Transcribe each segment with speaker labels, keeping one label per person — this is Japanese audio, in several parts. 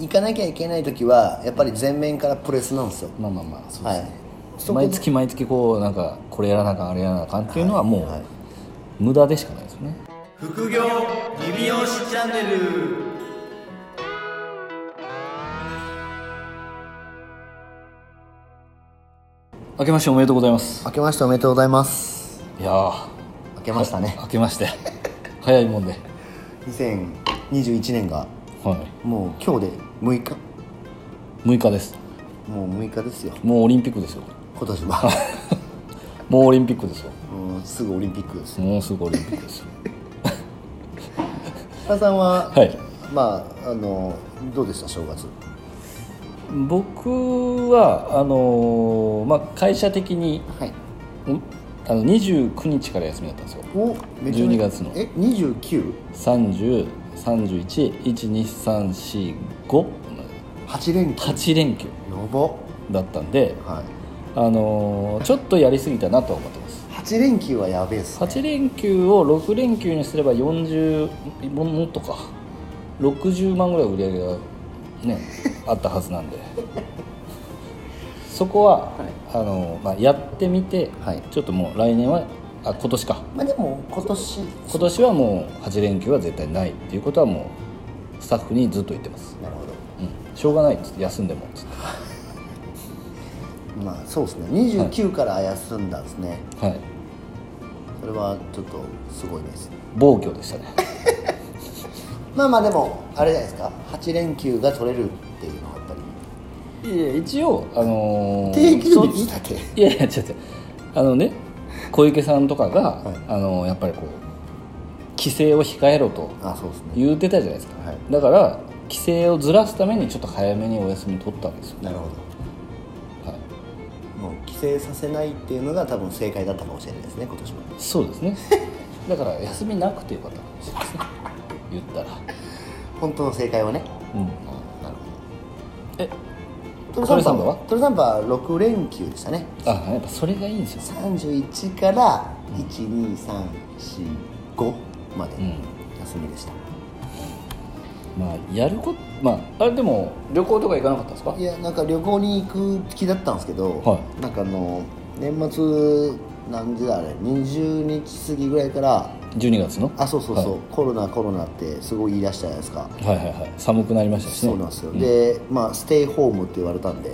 Speaker 1: 行かなきゃいけない時はやっぱり前面からプレスなんですよ
Speaker 2: まあまあまあそうで
Speaker 1: は
Speaker 2: す
Speaker 1: い
Speaker 2: ね、毎月毎月こうなんかこれやらなあかんあれやらなあかんっていうのはもう、
Speaker 1: はい
Speaker 2: 無駄でしかないですよね
Speaker 3: 副業リビオシチャンネル
Speaker 2: 明けましておめでとうございます
Speaker 1: 明けましておめでとうございます
Speaker 2: いやー
Speaker 1: 明けましたね
Speaker 2: 明けまして早いもんで
Speaker 1: 2021年が
Speaker 2: は
Speaker 1: もう今日で6日
Speaker 2: い6日です
Speaker 1: もう6日ですよ
Speaker 2: もうオリンピックですよ
Speaker 1: 今年は
Speaker 2: もうオリンピックですよ
Speaker 1: もうすぐオリンピックです
Speaker 2: もうすぐオリンピックですよ
Speaker 1: 原さんは、
Speaker 2: はい
Speaker 1: まああのどうでした正月
Speaker 2: 僕はあのーまあ、会社的に
Speaker 1: はい
Speaker 2: んあの29日から休みだったんですよ
Speaker 1: おめちゃめちゃ
Speaker 2: 12月の
Speaker 1: え二 29?8
Speaker 2: 303112345
Speaker 1: 連休
Speaker 2: 8連休
Speaker 1: やば
Speaker 2: だったんで、
Speaker 1: はい
Speaker 2: あのーちょっとやりすぎたなとは思ってます
Speaker 1: 8連休はやべえっすね
Speaker 2: 8連休を6連休にすれば40ももっとか60万ぐらい売り上げがねあったはずなんでそこは、あのーまあ、やってみて、
Speaker 1: はい
Speaker 2: ちょっともう来年はあ今年か
Speaker 1: まあでも今年
Speaker 2: 今年はもう8連休は絶対ないっていうことはもうスタッフにずっと言ってます、
Speaker 1: なるほど
Speaker 2: うん、しょうがないっつって休んでもっつっ
Speaker 1: まあそうですね29から休んだんですね、
Speaker 2: てはい
Speaker 1: それはちょっとすごいです
Speaker 2: 暴挙でしたね
Speaker 1: まあまあでもあれじゃないですか8連休が取れるっていうのはやっぱり
Speaker 2: いや一応あのー
Speaker 1: 定休日で
Speaker 2: そ
Speaker 1: したっけ
Speaker 2: いやいや違う違うあのね小池さんとかが、
Speaker 1: はい
Speaker 2: あのーやっぱりこう規制を控えろと
Speaker 1: あそうですね
Speaker 2: 言ってたじゃないですか、
Speaker 1: はい
Speaker 2: だから規制をずらすためにちょっと早めにお休み取ったんですよ、
Speaker 1: なるほど
Speaker 2: はい、
Speaker 1: もう帰省させないっていうのが多分正解だったかもしれないですね今年は
Speaker 2: そうですね だから休みなくてよかったかもしれないですね言ったら
Speaker 1: 本当の正解はね
Speaker 2: うん
Speaker 1: なるほ
Speaker 2: え
Speaker 1: ど
Speaker 2: トレサンバは
Speaker 1: トレサンバは6連休でしたね
Speaker 2: あやっぱそれがいいんですよ
Speaker 1: 31から12345まで
Speaker 2: ん
Speaker 1: 休みでした、
Speaker 2: まあやることまああれでも旅行とか行かなかったんですか
Speaker 1: いやなんか旅行に行く気だったんですけど、
Speaker 2: は
Speaker 1: なんかあの年末何時だあれ20日過ぎぐらいから
Speaker 2: 12月の
Speaker 1: あそうそうそう、コロナコロナってすごい言い出したじゃないですか、
Speaker 2: はいはいはい寒くなりましたしね
Speaker 1: そうなんですよ、でまあステイホームって言われたんで
Speaker 2: い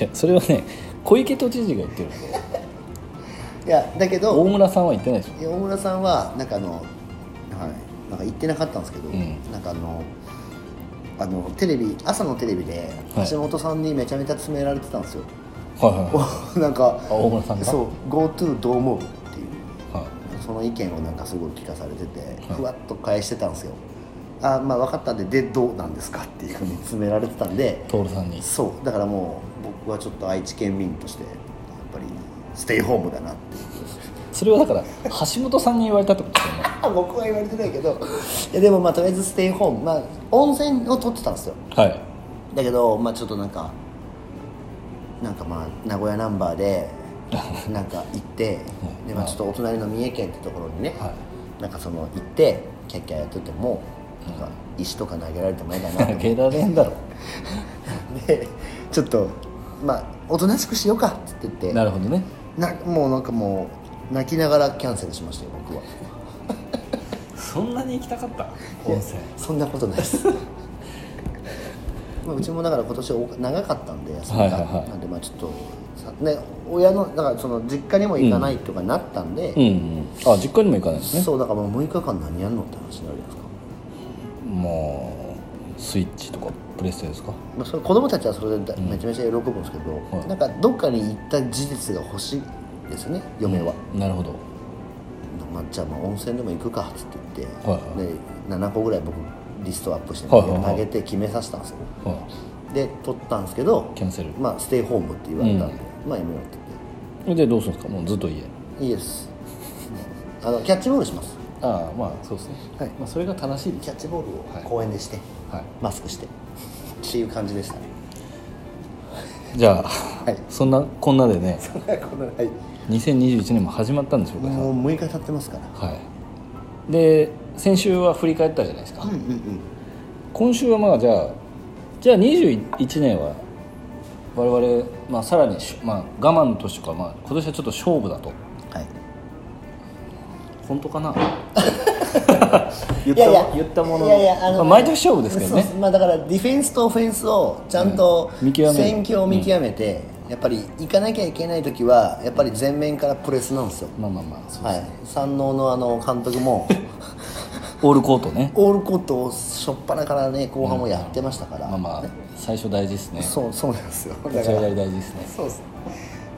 Speaker 2: やそれはね小池都知事が言ってるんで
Speaker 1: いやだけ
Speaker 2: 大
Speaker 1: ど
Speaker 2: 村さんは言ってないでしょ
Speaker 1: いや大村さんはなんかあのはいなんか言ってなかったんですけど、
Speaker 2: ん
Speaker 1: なんかあのあのテレビ朝のテレビで
Speaker 2: はい
Speaker 1: 橋本さんにめちゃめちゃ詰められてたんですよ、
Speaker 2: はいはい は
Speaker 1: なんか
Speaker 2: あ大村さんが
Speaker 1: そう GoTo どう思うっていう
Speaker 2: い、は
Speaker 1: その意見をなんかすごい聞かされててふわっと返してたんですよあまあ分かったんででどうなんですかっていうふうに詰められてたんで
Speaker 2: い、徹さんに
Speaker 1: そうだからもう僕はちょっと愛知県民としてやっぱりステイホームだなって
Speaker 2: それはだから橋本さんに言われたってことですよね
Speaker 1: あ僕は言われてないけどいやでもまあとりあえずステイホームまあ温泉を取ってたんですよ
Speaker 2: はい
Speaker 1: だけどまあちょっとなんかなんかまあ名古屋ナンバー でなんか行ってで、まあ、ちょっとお隣の三重県ってところにね、
Speaker 2: は
Speaker 1: なんかその行ってキャッキャやっててもなんか石とか投げられてもいいかなと思っ
Speaker 2: 投
Speaker 1: て
Speaker 2: げられんだろ
Speaker 1: でちょっとまあおとなしくしようかっつって言って
Speaker 2: なるほどね
Speaker 1: なもうなんかもう泣きながらキャンセルしましたよ僕は
Speaker 2: そんなに行きたかった
Speaker 1: いやそんなことないです まあうちもだから今年お長かったんで休みが、
Speaker 2: はいはいはい
Speaker 1: なんでまあちょっとさね親のだからその実家にも行かないとかなったんで、
Speaker 2: うん、うん、あ実家にも行かないですね
Speaker 1: そうだからもう6日間何やるのって話になるじゃないですか、
Speaker 2: もうスイッチとかプレステですか
Speaker 1: まあ、それ子供たちはそれでめちゃめちゃ喜ぶんですけど、
Speaker 2: はい
Speaker 1: なんかどっかに行った事実が欲しいですね嫁は、
Speaker 2: なるほど
Speaker 1: まあ、じゃあまあ温泉でも行くかっつって言って、
Speaker 2: はいはい
Speaker 1: で7個ぐらい僕リストアップして
Speaker 2: はいはいはい
Speaker 1: 投げて決めさせたんですよ、
Speaker 2: は
Speaker 1: で取ったんですけど
Speaker 2: キャンセル
Speaker 1: まあステイホームって言われたんで、まあやめようって
Speaker 2: いでどうするんですかもうずっと家
Speaker 1: 言っていいですあのキャッチボールします
Speaker 2: ああまあそうですね、
Speaker 1: はい
Speaker 2: まあ、それが正しいです
Speaker 1: キャッチボールを
Speaker 2: はい
Speaker 1: 公園でして、
Speaker 2: はい
Speaker 1: マスクしてっていう感じで したね
Speaker 2: じゃあ、
Speaker 1: い
Speaker 2: そんなこんなでね
Speaker 1: はい
Speaker 2: 2021年も始まったんでしょうか
Speaker 1: もう6日経ってますから
Speaker 2: はいで先週は振り返ったじゃないですか、
Speaker 1: うんうん
Speaker 2: 今週はまあじゃあじゃあ21年は我々、まあ、さらにし、まあ、我慢の年とか、まあ、今年はちょっと勝負だと
Speaker 1: はい
Speaker 2: 本当かな言った
Speaker 1: いやいや
Speaker 2: 言ったものの
Speaker 1: いやいやあの
Speaker 2: まあ、毎年勝負ですけどね
Speaker 1: そうまあだからディフェンスとオフェンスをちゃんと
Speaker 2: うん見極める
Speaker 1: 戦況を見極めて、やっぱり行かなきゃいけない時はやっぱり前面からプレスなんですよ、
Speaker 2: まあまあまあそう
Speaker 1: はい山王のあの監督 も
Speaker 2: オールコートね
Speaker 1: オールコートを初っ端からね後半もやってましたから、
Speaker 2: まあまあ最初大事ですね
Speaker 1: そうそうなんですよだ
Speaker 2: 立
Speaker 1: か
Speaker 2: ち上
Speaker 1: ら
Speaker 2: がり大事ですね
Speaker 1: そうです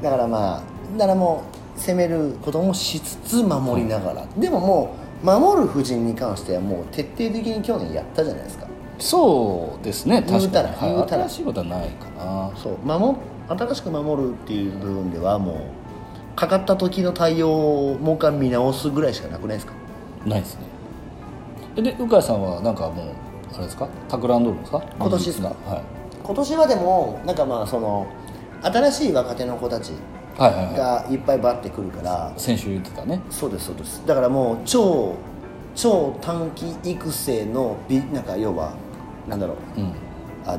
Speaker 1: だからまあだからもう攻めることもしつつ守りながら、でももう守る布陣に関してはもう徹底的に去年やったじゃないですか
Speaker 2: そうですね
Speaker 1: 言
Speaker 2: 確
Speaker 1: うた
Speaker 2: からに、はい
Speaker 1: 言うたら
Speaker 2: 新しいことはないかな
Speaker 1: そう守新しく守るっていう部分ではもうかかった時の対応をもう一回見直すぐらいしかなくないですか
Speaker 2: ないですねえで鵜飼さんはなんかもうあれですか企んどるんですか
Speaker 1: 今年ですか
Speaker 2: はい
Speaker 1: 今年はでもなんかまあその新しい若手の子たち
Speaker 2: はいはいはい
Speaker 1: がいっぱいバッてくるから
Speaker 2: 先週言ってたね
Speaker 1: そうですそうですだからもう超超短期育成のビなんか要はなんだろう
Speaker 2: うん
Speaker 1: あの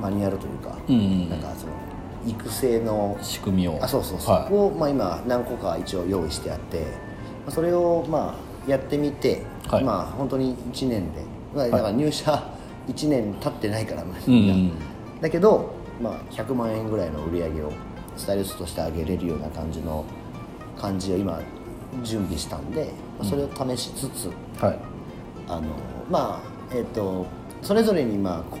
Speaker 1: マニュアルというか、
Speaker 2: うんうん
Speaker 1: なんかその育成の
Speaker 2: 仕組みを
Speaker 1: あそうそうそう、
Speaker 2: は
Speaker 1: を、まあ、今何個か一応用意してあってまあそれをまあやってみて、
Speaker 2: はい
Speaker 1: まあ本当に1年で、まあ、だから入社1年経ってないから、まあ
Speaker 2: い、うんうん
Speaker 1: だけど、まあ、100万円ぐらいの売り上げをスタイリストとして上げれるような感じの感じを今準備したんで、まあそれを試しつつ、
Speaker 2: はい
Speaker 1: あのまあえっ、とそれぞれにまあこ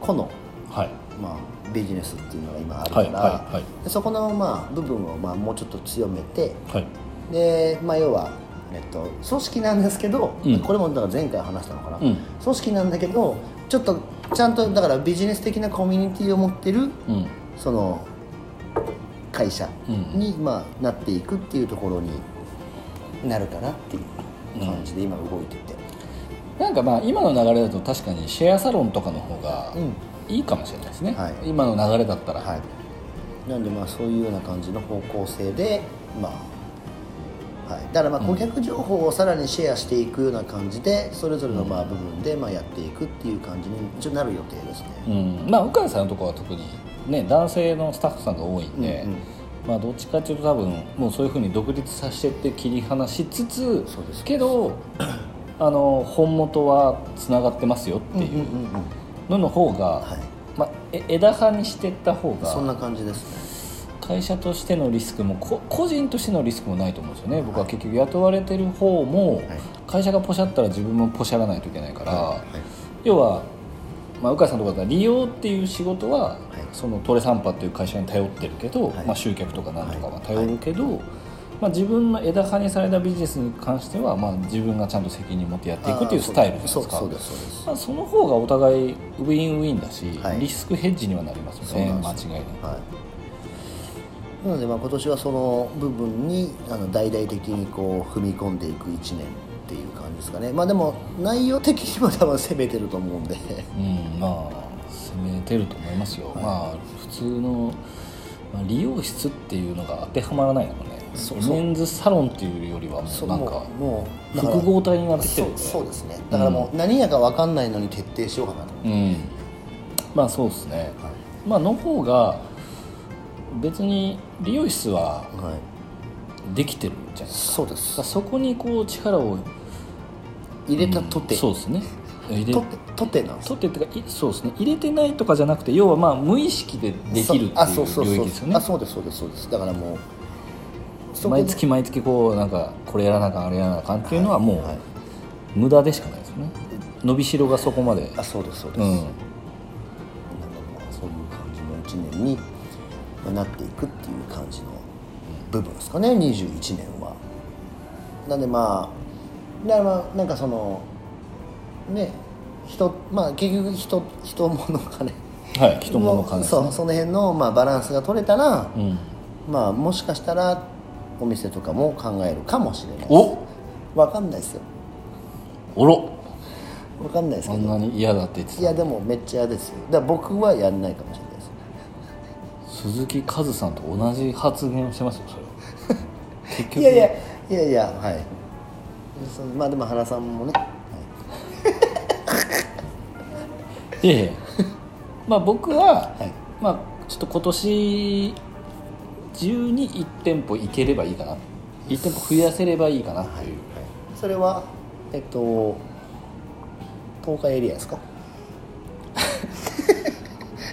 Speaker 1: 個の
Speaker 2: はい
Speaker 1: まあ、ビジネスっていうのが今あるから、
Speaker 2: はいはいはい
Speaker 1: でそこの、まあ、部分を、まあ、もうちょっと強めて
Speaker 2: はい
Speaker 1: で、まあ、要は、えっと、組織なんですけど、
Speaker 2: うん
Speaker 1: これもだから前回話したのかな、
Speaker 2: うん
Speaker 1: 組織なんだけどちょっとちゃんとだからビジネス的なコミュニティを持ってる
Speaker 2: うん
Speaker 1: その会社に、まあ、なっていくっていうところになるかなっていう感じで今動いてて、
Speaker 2: なんかまあ今の流れだと確かにシェアサロンとかの方が
Speaker 1: うん
Speaker 2: いいかもしれないですね、
Speaker 1: はい
Speaker 2: 今の流れだったら、
Speaker 1: はい、なんでまあそういうような感じの方向性でまあ、はい、だからまあ顧客情報をさらにシェアしていくような感じでそれぞれのまあ部分でまあやっていくっていう感じに一応なる予定ですね、
Speaker 2: うん、まあ鵜飼さんのところは特にね男性のスタッフさんが多いんで、
Speaker 1: うんうん
Speaker 2: まあどっちかっていうと多分もうそういうふうに独立させてって切り離しつつ
Speaker 1: そうです
Speaker 2: けどあの本元はつながってますよっていう
Speaker 1: うんうんうん
Speaker 2: のの方が、
Speaker 1: はい
Speaker 2: まあ、え枝葉にしてった方
Speaker 1: そん
Speaker 2: が
Speaker 1: な感じですね
Speaker 2: 会社としてのリスクもこ個人としてのリスクもないと思うんですよね僕は結局雇われてる方も
Speaker 1: はい
Speaker 2: 会社がポシャったら自分もポシャらないといけないから。
Speaker 1: はい
Speaker 2: 要は、まあ、鵜飼さんのとこだったら利用っていう仕事は、
Speaker 1: い
Speaker 2: そのトレサンパっていう会社に頼ってるけど、
Speaker 1: はい
Speaker 2: まあ、集客とかなんとかは
Speaker 1: はい
Speaker 2: 頼るけど、まあ、自分の枝葉にされたビジネスに関しては、まあ、自分がちゃんと責任持ってやっていくっていうスタイルじゃないですか
Speaker 1: あーそうですそうですそうです
Speaker 2: まあ、その方がお互いウィンウィンだし、
Speaker 1: はい
Speaker 2: リスクヘッジにはなりますよ
Speaker 1: そう
Speaker 2: ね
Speaker 1: なん
Speaker 2: 間
Speaker 1: です
Speaker 2: 違いなく。
Speaker 1: はい、なのでまあ今年はその部分にあの大々的にこう踏み込んでいく1年っていう感じですかねまあでも内容的にも多分攻めてると思うんで
Speaker 2: うん、まあ攻めてると思いますよ、まあ普通の、まあ、利容室っていうのが当てはまらないのもね
Speaker 1: そうそう
Speaker 2: メンズサロンっていうよりはも
Speaker 1: そうう
Speaker 2: なん
Speaker 1: も
Speaker 2: か
Speaker 1: うもうだから
Speaker 2: 複合体になってきて
Speaker 1: そ
Speaker 2: るん
Speaker 1: う
Speaker 2: で
Speaker 1: そうですねだからもう何やか分かんないのに徹底しようかなと、
Speaker 2: うんまあそうですね、まあの方が別に利容室は
Speaker 1: はい、
Speaker 2: できてるじゃないです
Speaker 1: そうで
Speaker 2: か
Speaker 1: す
Speaker 2: そこにこう力を
Speaker 1: 入れたとて、
Speaker 2: そうですね入れ
Speaker 1: とてとてなんです
Speaker 2: 取ってっていうかいそうですね入れてないとかじゃなくて要はまあ無意識でできるって
Speaker 1: あそう
Speaker 2: い
Speaker 1: そううそう
Speaker 2: 領域ですよね
Speaker 1: あそうですそうですそうですだからもうそこ
Speaker 2: 毎月毎月こうなんかこれやらなあかんあれやらなあかんっていうのはも
Speaker 1: はいう
Speaker 2: 無駄でしかないですよね伸びしろがそこまで
Speaker 1: あそうですそうです、
Speaker 2: うん
Speaker 1: なんかまあそういう感じの1年にまあなっていくっていう感じの部分ですかね21年はなんでまあだからまあなんかそのね人まあ結局人人物金
Speaker 2: はい人物関係
Speaker 1: そうその辺のまあバランスが取れたら、
Speaker 2: うん
Speaker 1: まあもしかしたらお店とかも考えるかもしれない
Speaker 2: お
Speaker 1: わかんないですよ
Speaker 2: おろ
Speaker 1: わかんないです
Speaker 2: あ
Speaker 1: け
Speaker 2: ん
Speaker 1: ど
Speaker 2: なに嫌だって言って
Speaker 1: い
Speaker 2: た
Speaker 1: やでもめっちゃ嫌ですよだから僕はやんないかもしれないです
Speaker 2: 鈴木和さんと同じ発言をしてますよそれは 結局
Speaker 1: いやいやいやいやはいそうまあでも原さんもね、は
Speaker 2: いやいやまあ僕は、
Speaker 1: はい
Speaker 2: まあちょっと今年中に1店舗行ければいいかな1店舗増やせればいいかなっていう、
Speaker 1: それはえっと東海エリアですか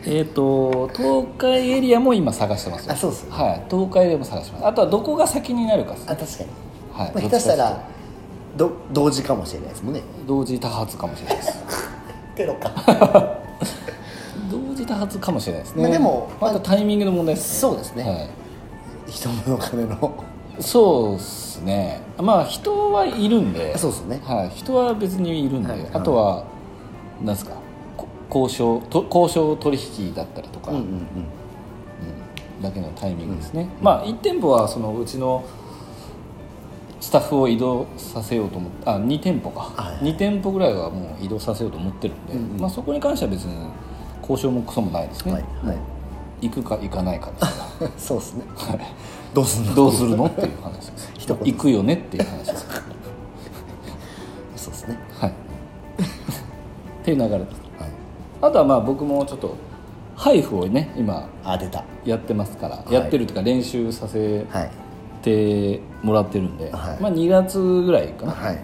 Speaker 2: えっ、と東海エリアも今探してますよ
Speaker 1: あそうっすね
Speaker 2: はい東海エリアも探してますあとはどこが先になるかっす
Speaker 1: あ確かに、
Speaker 2: はい
Speaker 1: まあ、下手したらど同時かもしれないですもんね
Speaker 2: 同時多発かもしれないです
Speaker 1: テロか
Speaker 2: 同時多発かもしれないですね、
Speaker 1: まあでも
Speaker 2: またタイミングの問題です
Speaker 1: そうですね、
Speaker 2: はい
Speaker 1: 人のお金の
Speaker 2: そうですねまあ人はいるんで
Speaker 1: そうっすよね
Speaker 2: はい、人は別にいるんで、
Speaker 1: はい
Speaker 2: あとはなんですかこ交渉と交渉取引だったりとか、
Speaker 1: うんうんう
Speaker 2: うん
Speaker 1: ん
Speaker 2: だけのタイミングですね、まあ1店舗はそのうちのスタッフを移動させようと思ってあ2店舗か、
Speaker 1: はい
Speaker 2: 2店舗ぐらいはもう移動させようと思ってるんで、
Speaker 1: うんうん
Speaker 2: まあ、そこに関しては別に交渉もクソもないですね、
Speaker 1: はいはい
Speaker 2: 行くか行かない かですから
Speaker 1: そうですねどうすんの
Speaker 2: どうするのっていう話です
Speaker 1: 一言
Speaker 2: 行くよねっていう話です
Speaker 1: そうですね
Speaker 2: はいっていう流
Speaker 1: は
Speaker 2: れです
Speaker 1: い
Speaker 2: あとはまあ僕もちょっとハイフをね今
Speaker 1: あ出た
Speaker 2: やってますから、
Speaker 1: い
Speaker 2: やってるというか練習させ
Speaker 1: はい
Speaker 2: てもらってるん
Speaker 1: は
Speaker 2: で、
Speaker 1: い
Speaker 2: まあ2月ぐらいかな、
Speaker 1: はい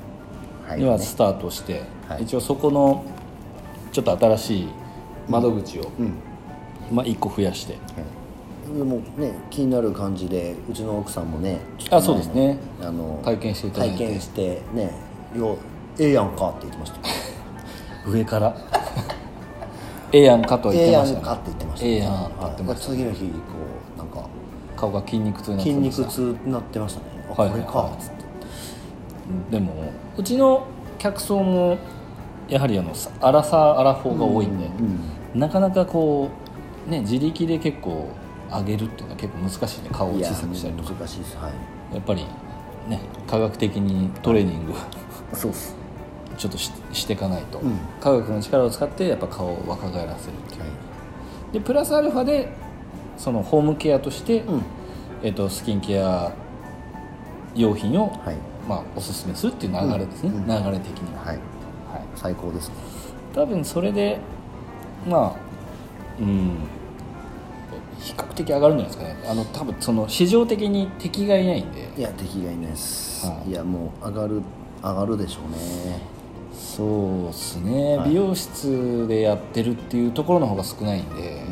Speaker 1: はい
Speaker 2: にはスタートして、
Speaker 1: はい
Speaker 2: 一応そこのちょっと新しい窓口を、
Speaker 1: うん
Speaker 2: まあ1個増やして
Speaker 1: でもね気になる感じでうちの奥さんもねちょっと
Speaker 2: あそうですね
Speaker 1: あの
Speaker 2: 体験していただいて
Speaker 1: 体験してねよええやんかって言ってました
Speaker 2: 上から ええやんか とは
Speaker 1: ええ
Speaker 2: 言って
Speaker 1: や
Speaker 2: まし
Speaker 1: ん
Speaker 2: たね
Speaker 1: かって言ってました
Speaker 2: ええやんって言ってま
Speaker 1: ま
Speaker 2: した
Speaker 1: 次の日こうなんか
Speaker 2: 顔が筋肉痛になって
Speaker 1: 筋
Speaker 2: ました
Speaker 1: 肉痛になってましたねあこ
Speaker 2: は
Speaker 1: れ
Speaker 2: いはいはい
Speaker 1: かっつって
Speaker 2: でもうちの客層もやはりあのアラサーアラフォーが多いんで、なかなかこうね自力で結構上げるっていうのは結構難しいね顔を
Speaker 1: いや
Speaker 2: 小さくしたりとか
Speaker 1: 難しいですはい
Speaker 2: やっぱりね科学的にトレーニング
Speaker 1: そうっす
Speaker 2: ちょっとししていかないと、
Speaker 1: うん
Speaker 2: 科学の力を使ってやっぱ顔を若返らせるっていうでプラスアルファでそのホームケアとして、
Speaker 1: うん
Speaker 2: えっとスキンケア用品を、
Speaker 1: はい
Speaker 2: まあ、おすすめするっていう流れですね、
Speaker 1: うんうん
Speaker 2: 流れ的には、
Speaker 1: はい
Speaker 2: はい
Speaker 1: 最高ですね
Speaker 2: 多分それでまあうん比較的上がるんじゃないですかねあの多分その市場的に敵がいないんで
Speaker 1: いや敵がいないです
Speaker 2: はい
Speaker 1: いやもう上がる上がるでしょうね
Speaker 2: そうですね、
Speaker 1: はい
Speaker 2: 美容室でやってるっていうところの方が少ないんで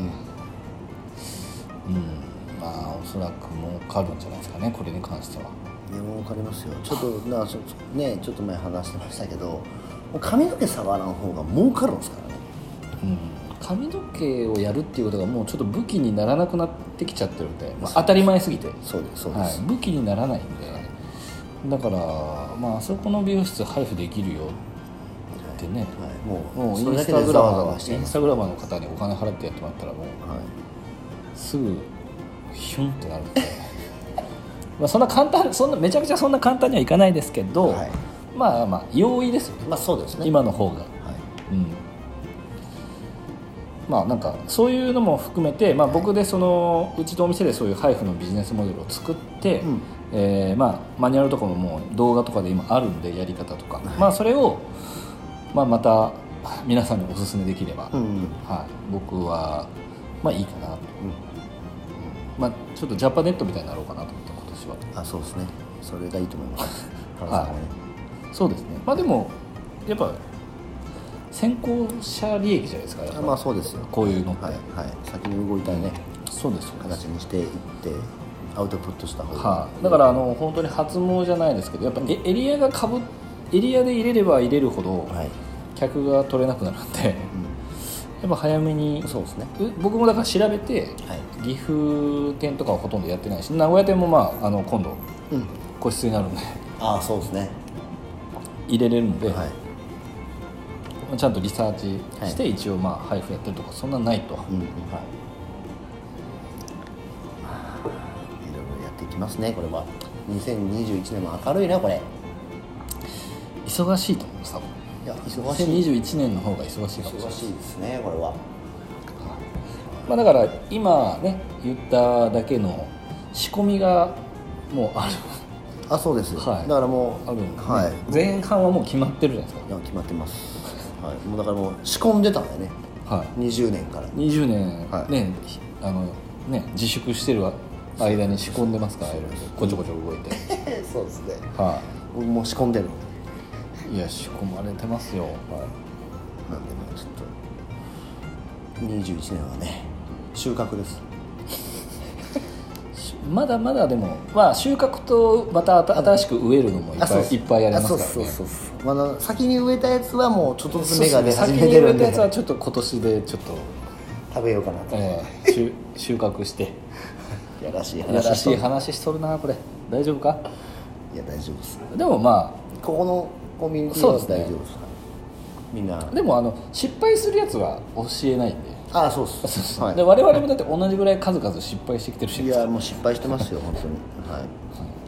Speaker 2: うん、まあおそらく儲かるんじゃないですかねこれに関しては
Speaker 1: でも分かりますよちょっとなそねちょっと前話してましたけどもう髪の毛触らん方が儲かるんですからね
Speaker 2: うん髪の毛をやるっていうことがもうちょっと武器にならなくなってきちゃってるんで、まあ、当たり前すぎて
Speaker 1: そうですそうで
Speaker 2: はい
Speaker 1: す、、
Speaker 2: 武器にならないんでだからまああそこの美容室配布できるよってね、
Speaker 1: はいも
Speaker 2: も
Speaker 1: う
Speaker 2: う
Speaker 1: そ
Speaker 2: イ
Speaker 1: れ
Speaker 2: ン
Speaker 1: だ
Speaker 2: ス
Speaker 1: け
Speaker 2: タ
Speaker 1: で
Speaker 2: グ
Speaker 1: ざ
Speaker 2: ラ
Speaker 1: わざ
Speaker 2: マ
Speaker 1: わし
Speaker 2: ー
Speaker 1: て
Speaker 2: イ
Speaker 1: い
Speaker 2: ン
Speaker 1: ま
Speaker 2: ス
Speaker 1: す
Speaker 2: タグラマーの方にお金払ってやってもらったらもう
Speaker 1: はい
Speaker 2: すぐヒュンってなるん でまあそんな簡単そんなめちゃくちゃそんな簡単にはいかないですけど、
Speaker 1: はい
Speaker 2: まあまあ容易ですよね
Speaker 1: まあそうですね
Speaker 2: 今の方が
Speaker 1: はい
Speaker 2: うんまあなんかそういうのも含めて、まあ、僕でそのうちのお店でそういう配布のビジネスモデルを作って、
Speaker 1: うん
Speaker 2: えーまあ、マニュアルとかももう動画とかで今あるんでやり方とか、まあ、それを、まあ、また皆さんにお勧めできれば、
Speaker 1: うんうん
Speaker 2: はい、僕はまあいいかなと、まあ、ちょっとジャパネットみたいになろうかなと思って今年は。
Speaker 1: あそうですねそれがいいと思います原さんはね
Speaker 2: はいそうですねまあでもやっぱ先行者利益じゃないですかやっぱ
Speaker 1: あまあそうですよ
Speaker 2: こういうのって、
Speaker 1: はいはい先に動いたね
Speaker 2: そうですよ
Speaker 1: 形にしていってアウトプットした方が
Speaker 2: はい、だからあの本当に発毛じゃないですけどやっぱエエリアがかぶエリアで入れれば入れるほど
Speaker 1: はい
Speaker 2: 客が取れなくなるんで、やっぱ早めに
Speaker 1: そうですね
Speaker 2: う僕もだから調べて、
Speaker 1: はい
Speaker 2: 岐阜店とかはほとんどやってないし名古屋店もまああの今度
Speaker 1: うん
Speaker 2: 個室になるんで
Speaker 1: ああそうですね
Speaker 2: 入れれるので、
Speaker 1: はい
Speaker 2: まあちゃんとリサーチして一応まあ配布やってるとかそんなないと、
Speaker 1: うんうん
Speaker 2: はい
Speaker 1: いろいろやっていきますねこれは2021年も明るいなこれ
Speaker 2: 忙しいと思います多分
Speaker 1: いや忙しい
Speaker 2: 2021年の方が忙しいかもしれない
Speaker 1: 忙しいですねこれは
Speaker 2: まあ、だから今ね言っただけの仕込みがもうある
Speaker 1: あそうですよ、
Speaker 2: はい
Speaker 1: だからもう
Speaker 2: あるんで、
Speaker 1: はい
Speaker 2: 前半はもう決まってるじゃないです
Speaker 1: いや決まってます、はい、もうだからもう仕込んでたんだよね
Speaker 2: かは
Speaker 1: 20年から
Speaker 2: い、20年、
Speaker 1: はい
Speaker 2: ねひあのね自粛してる間に仕込んでますからいろいろこちょこちょ動い て
Speaker 1: そうですね
Speaker 2: は
Speaker 1: 僕も仕込んでるの
Speaker 2: い、いや仕込まれてますよ
Speaker 1: はいなんでまあちょっと21年はね収穫です
Speaker 2: しまだまだでもまあ収穫とまたあた新しく植えるのもいっぱい,、いっぱいありますからね
Speaker 1: そうそうそうまだ先に植えたやつはもうちょっとずつ芽が出
Speaker 2: そう
Speaker 1: 始
Speaker 2: そう
Speaker 1: めてるん
Speaker 2: 先に植えた
Speaker 1: で
Speaker 2: やつはちょっと今年でちょっと、
Speaker 1: 食べようかなと
Speaker 2: えー収収穫して
Speaker 1: やらしい
Speaker 2: いや
Speaker 1: 話
Speaker 2: ら
Speaker 1: し
Speaker 2: し
Speaker 1: と
Speaker 2: い話しとるなこれ大丈夫か
Speaker 1: いや大丈夫です
Speaker 2: でもま
Speaker 1: ここのコミュニティ
Speaker 2: そう
Speaker 1: は
Speaker 2: ですね
Speaker 1: 大丈夫ですか、みんな
Speaker 2: あでもあの失敗するやつは教えないんで
Speaker 1: ああそうっす
Speaker 2: そうそう
Speaker 1: はい
Speaker 2: で我々もだって同じぐらい数々失敗してきてるし
Speaker 1: いやもう失敗してますよ本当にはい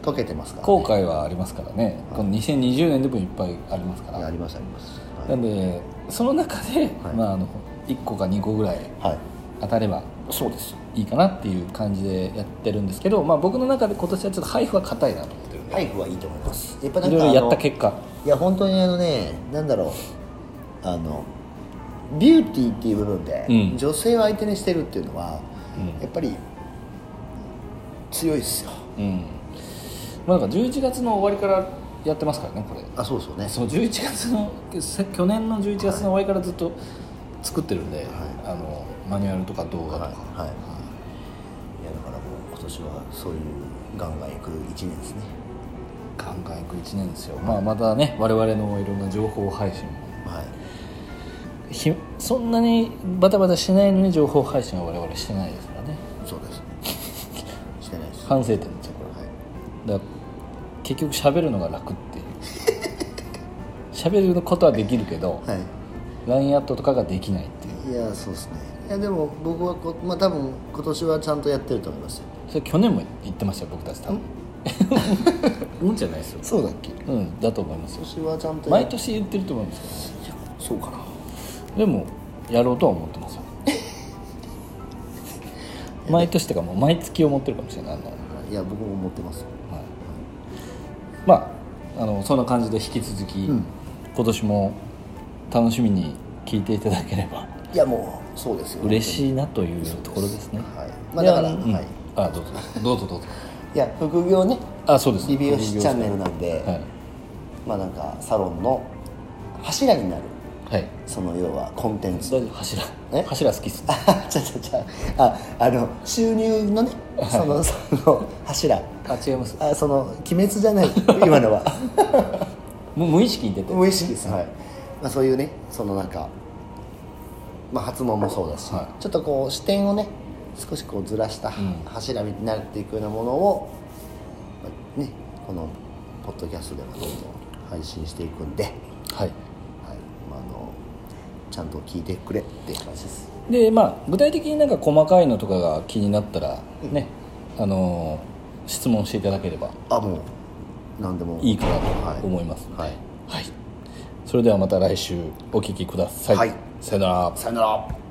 Speaker 1: 溶けてますから、
Speaker 2: 後悔はありますからねこの2020年でもいっぱいありますか
Speaker 1: いやあ
Speaker 2: ら
Speaker 1: りますあります
Speaker 2: な
Speaker 1: は
Speaker 2: んでその中で、
Speaker 1: はい
Speaker 2: まあ、あの1個か2個ぐらい
Speaker 1: い、はい、
Speaker 2: 当たれば
Speaker 1: そうです
Speaker 2: いいかなっていう感じでやってるんですけど、まあ、僕の中で今年はちょっと配布は硬いなと思ってるんで、
Speaker 1: 配布はいいと思いますやっぱ
Speaker 2: い、ろいろやった結果
Speaker 1: いや本当にあのねなんだろうあのビューティーっていう部分で、
Speaker 2: うん
Speaker 1: 女性を相手にしてるっていうのは、
Speaker 2: うん
Speaker 1: やっぱり強いっすよ
Speaker 2: うんまあ、なんか11月の終わりからやってますからねこれ
Speaker 1: あそうそうね
Speaker 2: そう11月のせ去年の11月の終わりからずっと作ってるんで、あのマニュアルとか動画とか、
Speaker 1: はい、はいい、やだからもう今年はそういうガンガンいく1年ですね
Speaker 2: ガンガンいく1年ですよ、まあ、またね我々のいろんな情報配信も
Speaker 1: はい
Speaker 2: ひそんなにバタバタしてないのに情報配信は我々してないですからね
Speaker 1: そうです ねしてないですは
Speaker 2: 反省点ですよこれだから結局喋るのが楽っていう 喋ることはできるけど、
Speaker 1: い、はい
Speaker 2: LINE アットとかができないってい
Speaker 1: い
Speaker 2: う
Speaker 1: やそうですねいやでも僕はこまあ多分今年はちゃんとやってると思いますよ
Speaker 2: それ去年も言ってましたよ僕たち多分 うんじゃないですよ
Speaker 1: そうだっけ今
Speaker 2: うんだと思いますよ
Speaker 1: 年はちゃんとや
Speaker 2: 毎年言ってると思うんですけ
Speaker 1: そうかな
Speaker 2: どでもやろうとは思っ てますよ毎年っていうかもう毎月思ってるかもしれないあんなの
Speaker 1: いや僕も思ってます
Speaker 2: はい、まああのそんな感じで引き続き、
Speaker 1: ん
Speaker 2: 今年も楽しみに聞いていただければ
Speaker 1: いやもうそうですよ
Speaker 2: 嬉しいなというところですね
Speaker 1: はいまあだから
Speaker 2: でのうん
Speaker 1: はい
Speaker 2: あどうぞどうぞどうぞ
Speaker 1: いや副業ね
Speaker 2: あそうです
Speaker 1: リビオシチャンネルなんで、
Speaker 2: はい
Speaker 1: まあなんかサロンの柱になる
Speaker 2: はい
Speaker 1: その要はコンテンツ
Speaker 2: 大丈夫柱
Speaker 1: え
Speaker 2: 柱好きっすね
Speaker 1: あちゃちゃちゃああの収入のねそのその柱
Speaker 2: あ違います
Speaker 1: あその鬼滅じゃない今のは
Speaker 2: もう無意識に出てる
Speaker 1: 無意識ですはい、まあ、そういうねそのなんか、まあ、発問もそうだし、
Speaker 2: は
Speaker 1: ちょっとこう視点をね少しこうずらした
Speaker 2: ん
Speaker 1: 柱になっていくようなものを、まあねこのポッドキャストでもどんどん配信していくんで、はい
Speaker 2: はい
Speaker 1: まあ、あのちゃんと聞いてくれっていう感じです
Speaker 2: でまあ具体的になんか細かいのとかが気になったらね、あのー質問していただければ
Speaker 1: あもう何でも
Speaker 2: いいかなと思いますので
Speaker 1: はいはい
Speaker 2: はい、それではまた来週お聞きください、
Speaker 1: はい
Speaker 2: さよなら
Speaker 1: さよなら